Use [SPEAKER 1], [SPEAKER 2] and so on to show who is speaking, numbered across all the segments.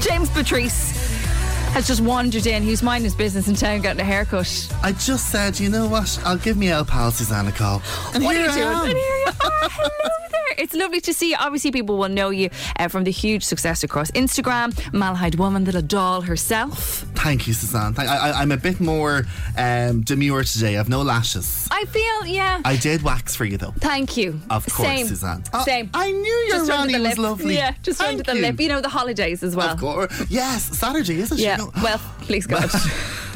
[SPEAKER 1] James Patrice has just wandered in. He's minding his business in town, getting a haircut.
[SPEAKER 2] I just said, you know what? I'll give me old pal Suzanne a call. And
[SPEAKER 1] what
[SPEAKER 2] here
[SPEAKER 1] are you
[SPEAKER 2] I am.
[SPEAKER 1] doing? And here you are. Hello there. It's lovely to see. you. Obviously, people will know you uh, from the huge success across Instagram. Malahide woman, the little doll herself.
[SPEAKER 2] Thank you, Suzanne. Thank, I, I, I'm a bit more um, demure today. I've no lashes.
[SPEAKER 1] I feel, yeah.
[SPEAKER 2] I did wax for you though.
[SPEAKER 1] Thank you.
[SPEAKER 2] Of course,
[SPEAKER 1] Same.
[SPEAKER 2] Suzanne. Oh,
[SPEAKER 1] Same.
[SPEAKER 2] I knew your
[SPEAKER 1] Just under
[SPEAKER 2] Ronnie
[SPEAKER 1] the
[SPEAKER 2] was
[SPEAKER 1] lip.
[SPEAKER 2] lovely.
[SPEAKER 1] Yeah, just under
[SPEAKER 2] Thank
[SPEAKER 1] the
[SPEAKER 2] you.
[SPEAKER 1] lip. You know, the holidays as well.
[SPEAKER 2] Of course. Yes, Saturday, isn't it?
[SPEAKER 1] Yeah.
[SPEAKER 2] You know-
[SPEAKER 1] Well, please God.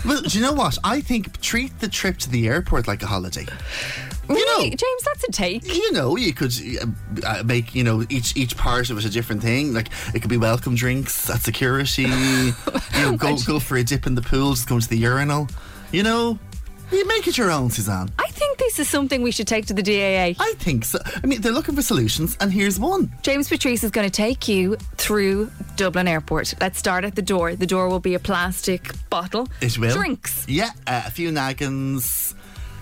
[SPEAKER 2] well, do you know what? I think treat the trip to the airport like a holiday.
[SPEAKER 1] really,
[SPEAKER 2] You know,
[SPEAKER 1] James, that's a take.
[SPEAKER 2] you know, you could uh, uh, make you know each each part of it a different thing. Like it could be welcome drinks at security. you know, go go for a dip in the pool. Just go into the urinal. You know, you make it your own, Suzanne.
[SPEAKER 1] I think this is something we should take to the DAA.
[SPEAKER 2] I think so. I mean, they're looking for solutions, and here's one.
[SPEAKER 1] James Patrice is going to take you through Dublin Airport. Let's start at the door. The door will be a plastic bottle.
[SPEAKER 2] It will
[SPEAKER 1] Drinks.
[SPEAKER 2] Yeah, uh, a few naggins.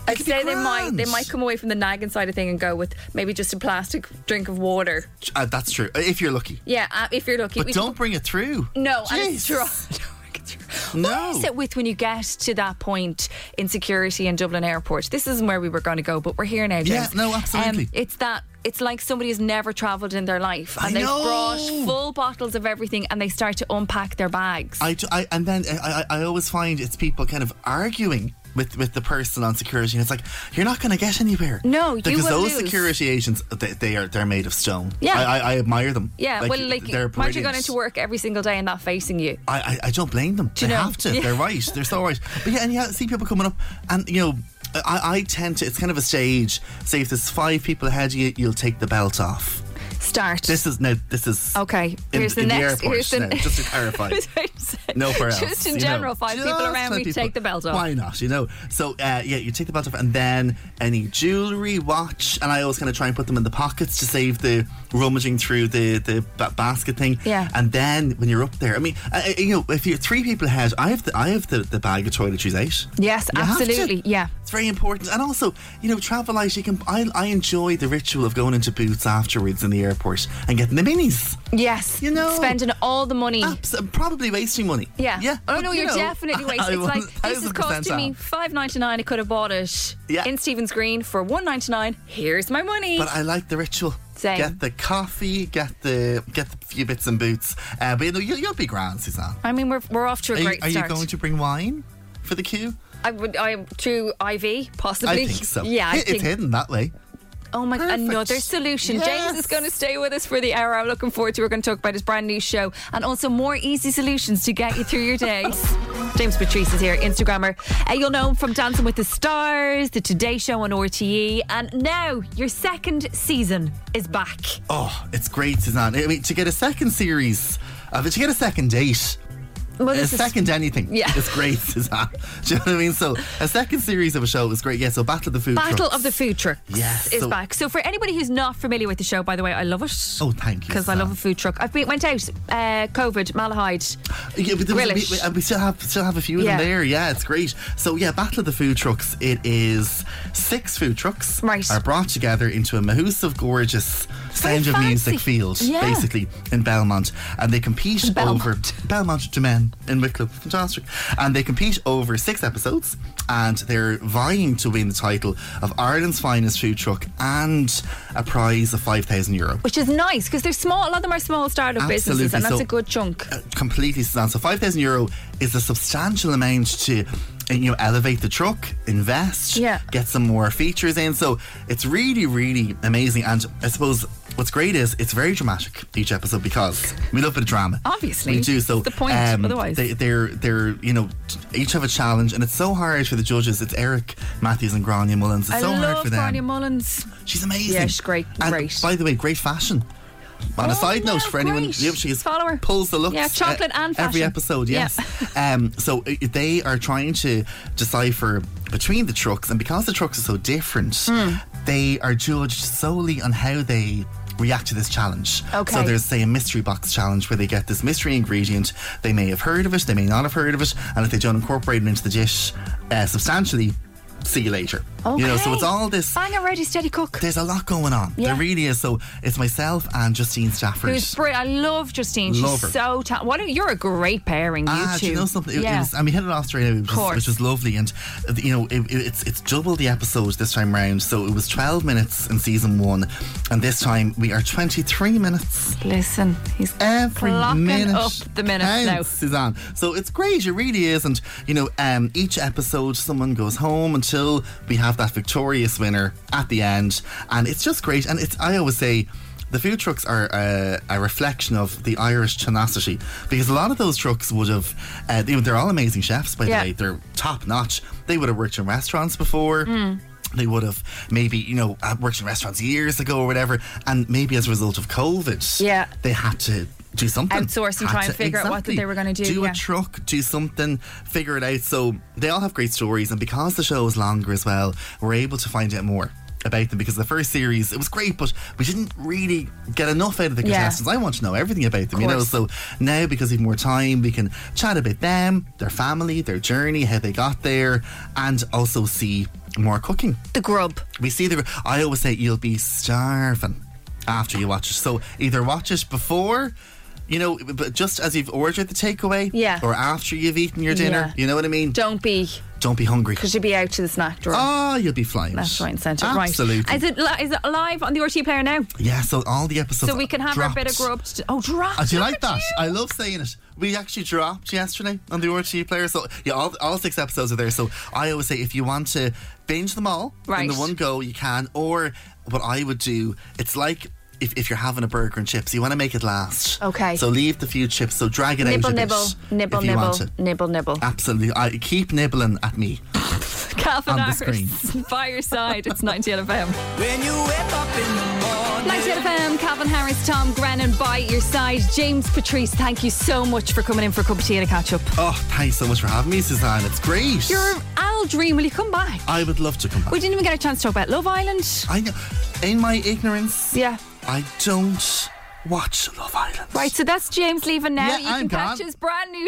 [SPEAKER 1] I'd
[SPEAKER 2] could be
[SPEAKER 1] say they might they
[SPEAKER 2] grand.
[SPEAKER 1] might come away from the nagging side of thing and go with maybe just a plastic drink of water.
[SPEAKER 2] Uh, that's true. uh, If you're lucky,
[SPEAKER 1] Yeah, uh, if you're lucky.
[SPEAKER 2] but
[SPEAKER 1] We-
[SPEAKER 2] don't bring it through.
[SPEAKER 1] No, and it's
[SPEAKER 2] Jeez.
[SPEAKER 1] dry. No, it's dry.
[SPEAKER 2] No.
[SPEAKER 1] What is it with when you get to that point in security in Dublin Airport? This isn't where we were going to go, but we're here now.
[SPEAKER 2] Yeah,
[SPEAKER 1] James. Um,
[SPEAKER 2] no, absolutely.
[SPEAKER 1] it's that. It's like somebody has never travelled in their life, and
[SPEAKER 2] I
[SPEAKER 1] they've
[SPEAKER 2] know.
[SPEAKER 1] brought full bottles of everything, and they start to unpack their bags.
[SPEAKER 2] I, ju- I and then I, I, I always find it's people kind of arguing with, with the person on security, and it's like you're not going to get anywhere.
[SPEAKER 1] No, you
[SPEAKER 2] because
[SPEAKER 1] will
[SPEAKER 2] those
[SPEAKER 1] lose.
[SPEAKER 2] security agents they, they are they're made of stone.
[SPEAKER 1] Yeah.
[SPEAKER 2] I, I, I admire them.
[SPEAKER 1] yeah, well, like,
[SPEAKER 2] they're
[SPEAKER 1] imagine
[SPEAKER 2] brilliant.
[SPEAKER 1] going into work every single day and that facing you.
[SPEAKER 2] I, I, I don't blame them.
[SPEAKER 1] you
[SPEAKER 2] they
[SPEAKER 1] know?
[SPEAKER 2] have to.
[SPEAKER 1] Yeah.
[SPEAKER 2] They're right. They're so right. But yeah, and yeah, see people coming up, and you know, I, I tend to. It's kind of a stage. Say if there's five people ahead of you, you'll take the belt off.
[SPEAKER 1] Start.
[SPEAKER 2] This is no. This is
[SPEAKER 1] Okay,
[SPEAKER 2] In,
[SPEAKER 1] here's the
[SPEAKER 2] in
[SPEAKER 1] next-
[SPEAKER 2] The airport
[SPEAKER 1] here's the-
[SPEAKER 2] now, just to clarify. Nowhere else.
[SPEAKER 1] Just in
[SPEAKER 2] you know.
[SPEAKER 1] general, five people
[SPEAKER 2] Just
[SPEAKER 1] around
[SPEAKER 2] five
[SPEAKER 1] me
[SPEAKER 2] people.
[SPEAKER 1] take the belt off.
[SPEAKER 2] Why not? You know. So uh, yeah, you take the belt off, and then any jewelry, watch, and I always kind of try and put them in the pockets to save the rummaging through the the ba- basket thing.
[SPEAKER 1] Yeah.
[SPEAKER 2] And then when you're up there, I mean, uh, uh, you know, if you're three people ahead, I have the I have the, the bag of toiletries out.
[SPEAKER 1] Yes,
[SPEAKER 2] You have to.
[SPEAKER 1] absolutely. Yeah.
[SPEAKER 2] It's very important. And also, you know, travel light, you can I, I enjoy the ritual of going into Boots afterwards in the airport and getting the minis.
[SPEAKER 1] Yes,
[SPEAKER 2] You know-
[SPEAKER 1] spending all the money.
[SPEAKER 2] Abs- probably wasting money.
[SPEAKER 1] Yeah.
[SPEAKER 2] Yeah.
[SPEAKER 1] Oh
[SPEAKER 2] but,
[SPEAKER 1] no,
[SPEAKER 2] you
[SPEAKER 1] you're
[SPEAKER 2] know,
[SPEAKER 1] definitely wasting.
[SPEAKER 2] I
[SPEAKER 1] it's
[SPEAKER 2] will
[SPEAKER 1] like this is
[SPEAKER 2] 1000%
[SPEAKER 1] costing me
[SPEAKER 2] off.
[SPEAKER 1] five ninety nine. I could have bought it
[SPEAKER 2] Yeah.
[SPEAKER 1] in Stephen's Green for one ninety nine. Here's my money.
[SPEAKER 2] But I like the ritual.
[SPEAKER 1] Same.
[SPEAKER 2] Get the coffee, get the get the few bits and boots. Uh, but you know, you'll, you'll be grand, Suzanne.
[SPEAKER 1] I mean, we're, we're off to a
[SPEAKER 2] Are, you,
[SPEAKER 1] great
[SPEAKER 2] are you
[SPEAKER 1] start.
[SPEAKER 2] going to bring wine for the queue?
[SPEAKER 1] I would. I through IV
[SPEAKER 2] I
[SPEAKER 1] possibly.
[SPEAKER 2] think so.
[SPEAKER 1] Yeah. I
[SPEAKER 2] It-
[SPEAKER 1] think,
[SPEAKER 2] it's hidden that way.
[SPEAKER 1] Oh my!
[SPEAKER 2] Perfect.
[SPEAKER 1] Another solution. James is
[SPEAKER 2] Yes.
[SPEAKER 1] going to stay with us for the hour. I'm looking forward to. We're going to talk about his brand new show and also more easy solutions to get you through your days. James Patrice is here, Instagrammer. Uh, you'll know him from Dancing with the Stars, the Today Show on RTE, and now your second season is back.
[SPEAKER 2] Oh, it's great, Suzanne. I mean, to get a second series, of it, to get a second date,
[SPEAKER 1] Well,
[SPEAKER 2] a
[SPEAKER 1] this is
[SPEAKER 2] second anything
[SPEAKER 1] Yeah.
[SPEAKER 2] is great, Suzanne. Do you know what I mean? So, a second series of a show is great. Yeah, so Battle of the Food
[SPEAKER 1] Battle
[SPEAKER 2] Trucks.
[SPEAKER 1] of the Food Trucks
[SPEAKER 2] Yes,
[SPEAKER 1] is
[SPEAKER 2] so-
[SPEAKER 1] back. So for anybody who's not familiar with the show, by the way, I love it.
[SPEAKER 2] Oh, thank you,
[SPEAKER 1] Because I
[SPEAKER 2] Suzanne.
[SPEAKER 1] love a food truck. I've been went out. Uh, COVID, Malahide.
[SPEAKER 2] Yeah, but there was-
[SPEAKER 1] Relish.
[SPEAKER 2] we, we- we still have still have a few of
[SPEAKER 1] Yeah.
[SPEAKER 2] them there. Yeah, it's great. So yeah, Battle of the Food Trucks. It is six food trucks
[SPEAKER 1] Right.
[SPEAKER 2] are brought together into a mahoosive, gorgeous sound of
[SPEAKER 1] fancy.
[SPEAKER 2] music field,
[SPEAKER 1] Yeah.
[SPEAKER 2] basically in Belmont, and they compete
[SPEAKER 1] Belmont.
[SPEAKER 2] over Belmont to men in Wicklow. Fantastic, and they compete over six episodes, and they're vying to win the title of Ireland's finest food truck and a prize of five thousand euro.
[SPEAKER 1] Which is nice because they're small. A lot of them are small startup businesses,
[SPEAKER 2] Absolutely,
[SPEAKER 1] and that's
[SPEAKER 2] so-
[SPEAKER 1] a good chunk.
[SPEAKER 2] uh, completely Suzanne. So five thousand euro is a substantial amount to uh, you know elevate the truck, invest,
[SPEAKER 1] Yeah.
[SPEAKER 2] get some more features in. So it's really, really amazing. And I suppose what's great is it's very dramatic each episode because we love a bit of drama.
[SPEAKER 1] Obviously.
[SPEAKER 2] we do. So um,
[SPEAKER 1] It's the point, otherwise.
[SPEAKER 2] they, they're they're you know t- each have a challenge, and it's so hard for the judges. It's Eric Matthews and Grania Mullins. It's
[SPEAKER 1] I
[SPEAKER 2] so hard
[SPEAKER 1] love
[SPEAKER 2] for them.
[SPEAKER 1] Grania Mullins.
[SPEAKER 2] She's amazing.
[SPEAKER 1] Yeah, she's great,
[SPEAKER 2] And
[SPEAKER 1] great.
[SPEAKER 2] By the way, great fashion. On
[SPEAKER 1] Oh,
[SPEAKER 2] a side note,
[SPEAKER 1] yeah,
[SPEAKER 2] for anyone,
[SPEAKER 1] great.
[SPEAKER 2] you know, she's
[SPEAKER 1] Follow her.
[SPEAKER 2] pulls the looks. uh,
[SPEAKER 1] Yeah, chocolate and fashion.
[SPEAKER 2] every episode.
[SPEAKER 1] Yeah.
[SPEAKER 2] Yes. um, so uh, they are trying to decipher between the trucks, and because the trucks are so different,
[SPEAKER 1] Hmm.
[SPEAKER 2] they are judged solely on how they react to this challenge.
[SPEAKER 1] Okay.
[SPEAKER 2] So there's say a mystery box challenge where they get this mystery ingredient. They may have heard of it, they may not have heard of it, and if they don't incorporate it into the dish uh, substantially. see you later. You know, so
[SPEAKER 1] Okay.
[SPEAKER 2] it's all this.
[SPEAKER 1] Bang a ready, steady cook.
[SPEAKER 2] There's a lot going on.
[SPEAKER 1] Yeah.
[SPEAKER 2] There really is. So it's myself and Justine Stafford.
[SPEAKER 1] Who's brilliant. I love Justine.
[SPEAKER 2] Love her.
[SPEAKER 1] She's so talented. What a, you're a great pairing, you
[SPEAKER 2] Ah,
[SPEAKER 1] two.
[SPEAKER 2] do you know something? It- it
[SPEAKER 1] Yeah.
[SPEAKER 2] was- and we hit it off straight away, which, was,
[SPEAKER 1] course.
[SPEAKER 2] which was lovely. And uh, you know, it, it- it's it's double the episodes this time round. So it was 12 minutes in season one, and this time we are 23 minutes.
[SPEAKER 1] Listen, he's
[SPEAKER 2] Every
[SPEAKER 1] clocking
[SPEAKER 2] minute
[SPEAKER 1] up the minutes now.
[SPEAKER 2] counts, Suzanne. So it's great, it really is. And you know, um, each episode someone goes home until we have that victorious winner at the end, and it's just great. And it's I always say. The food trucks are uh, a reflection of the Irish tenacity because a lot of those trucks would have, uh, they, they're all amazing chefs, by
[SPEAKER 1] Yeah.
[SPEAKER 2] the way. They're top notch. They would have worked in restaurants before.
[SPEAKER 1] Hmm.
[SPEAKER 2] They would have maybe, you know, uh, worked in restaurants years ago or whatever. And maybe as a result of COVID,
[SPEAKER 1] Yeah.
[SPEAKER 2] they had to do something.
[SPEAKER 1] Outsource and
[SPEAKER 2] Had
[SPEAKER 1] try and figure out what that they were gonna do,
[SPEAKER 2] Do
[SPEAKER 1] yeah.
[SPEAKER 2] a truck, do something, figure it out. So they all have great stories. And because the show is longer as well, we're able to find out more about them because the first series it was great but we didn't really get enough out of the
[SPEAKER 1] Yeah.
[SPEAKER 2] contestants I want to know everything about them you know
[SPEAKER 1] course.
[SPEAKER 2] so now because we've more time we can chat about them their family their journey how they got there and also see more cooking
[SPEAKER 1] the grub.
[SPEAKER 2] we see the. I always say you'll be starving after you watch it. So either watch it before, you know, but just as you've ordered the takeaway,
[SPEAKER 1] Yeah.
[SPEAKER 2] or after you've eaten your dinner.
[SPEAKER 1] Yeah.
[SPEAKER 2] You know what I mean? Don't,
[SPEAKER 1] Don't be,
[SPEAKER 2] be hungry.
[SPEAKER 1] because you'll be out to the snack drawer.
[SPEAKER 2] Oh, you'll be flying.
[SPEAKER 1] That's right, centre. Right.
[SPEAKER 2] Absolutely.
[SPEAKER 1] Is it, li- is it live on the RT player now?
[SPEAKER 2] yeah. So all the episodes.
[SPEAKER 1] So we can have
[SPEAKER 2] dropped.
[SPEAKER 1] our bit of grub. To, oh, drop.
[SPEAKER 2] Oh, do you like that? I love saying it. We actually dropped yesterday on the RT player. So, yeah, all, all six episodes are there. So, I always say if you want to binge them all
[SPEAKER 1] Right.
[SPEAKER 2] in the one go, you can. Or, what I would do, it's like if, if you're having a burger and chips, you want to make it last.
[SPEAKER 1] Okay.
[SPEAKER 2] So, leave the few chips. So, drag it
[SPEAKER 1] Nibble,
[SPEAKER 2] out a
[SPEAKER 1] nibble,
[SPEAKER 2] bit
[SPEAKER 1] nibble,
[SPEAKER 2] if you
[SPEAKER 1] nibble,
[SPEAKER 2] want it. Ah,
[SPEAKER 1] nibble, nibble.
[SPEAKER 2] Absolutely. I keep nibbling at me.
[SPEAKER 1] Calvin
[SPEAKER 2] on the
[SPEAKER 1] Harris,
[SPEAKER 2] screen.
[SPEAKER 1] by your side. It's 98 FM.
[SPEAKER 3] When you wake up in the morning.
[SPEAKER 1] 98 FM, Calvin Harris, Tom Grennan, by your side. James Patrice, thank you so much for coming in for a cup of tea and a catch up.
[SPEAKER 2] Oh, thanks so much for having me, Suzanne. It's great.
[SPEAKER 1] You're Al Dream, will you come back?
[SPEAKER 2] I would love to come back.
[SPEAKER 1] We didn't even get a chance to talk about Love Island.
[SPEAKER 2] I know. In my ignorance,
[SPEAKER 1] Yeah.
[SPEAKER 2] I don't watch Love Island.
[SPEAKER 1] Right, so that's James leaving now.
[SPEAKER 2] Yeah,
[SPEAKER 1] you can
[SPEAKER 2] I'm
[SPEAKER 1] catch
[SPEAKER 2] gone.
[SPEAKER 1] his brand new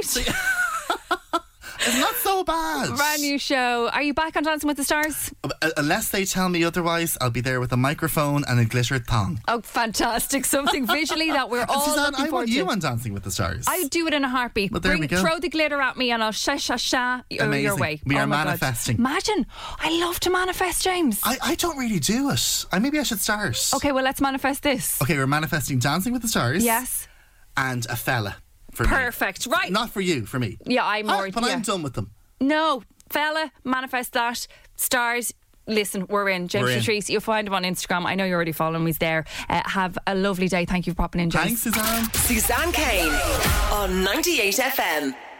[SPEAKER 2] It's not so bad.
[SPEAKER 1] brand new show. Are you back on Dancing with the Stars?
[SPEAKER 2] Uh, Unless they tell me otherwise, I'll be there with a microphone and a glittered thong.
[SPEAKER 1] Oh, fantastic. Something visually that we're
[SPEAKER 2] And
[SPEAKER 1] all
[SPEAKER 2] Suzanne,
[SPEAKER 1] looking
[SPEAKER 2] I
[SPEAKER 1] forward
[SPEAKER 2] want
[SPEAKER 1] to.
[SPEAKER 2] you on Dancing with the Stars.
[SPEAKER 1] I would do it in a heartbeat.
[SPEAKER 2] Well, there
[SPEAKER 1] Bring,
[SPEAKER 2] we go.
[SPEAKER 1] Throw the glitter at me and I'll sha sha sha your, your
[SPEAKER 2] Amazing.
[SPEAKER 1] way. Oh
[SPEAKER 2] We are
[SPEAKER 1] my God.
[SPEAKER 2] manifesting.
[SPEAKER 1] Imagine. I love to manifest, James.
[SPEAKER 2] I, I don't really do it. I maybe I should start.
[SPEAKER 1] okay, well, let's manifest this.
[SPEAKER 2] Okay, we're manifesting Dancing with the Stars.
[SPEAKER 1] Yes.
[SPEAKER 2] And a fella. For
[SPEAKER 1] Perfect. Right.
[SPEAKER 2] Me. Not for you, for me.
[SPEAKER 1] yeah, I'm
[SPEAKER 2] Ah,
[SPEAKER 1] already.
[SPEAKER 2] but
[SPEAKER 1] yeah.
[SPEAKER 2] I'm done with them.
[SPEAKER 1] No, fella, manifest that. Stars. Listen, we're in. James
[SPEAKER 2] We're in.
[SPEAKER 1] Patrice, you'll find him on Instagram. I know you're already following him. He's there. Uh, have a lovely day. Thank you for popping in, James.
[SPEAKER 2] Thanks, Suzanne.
[SPEAKER 4] Suzanne Kane on 98 FM.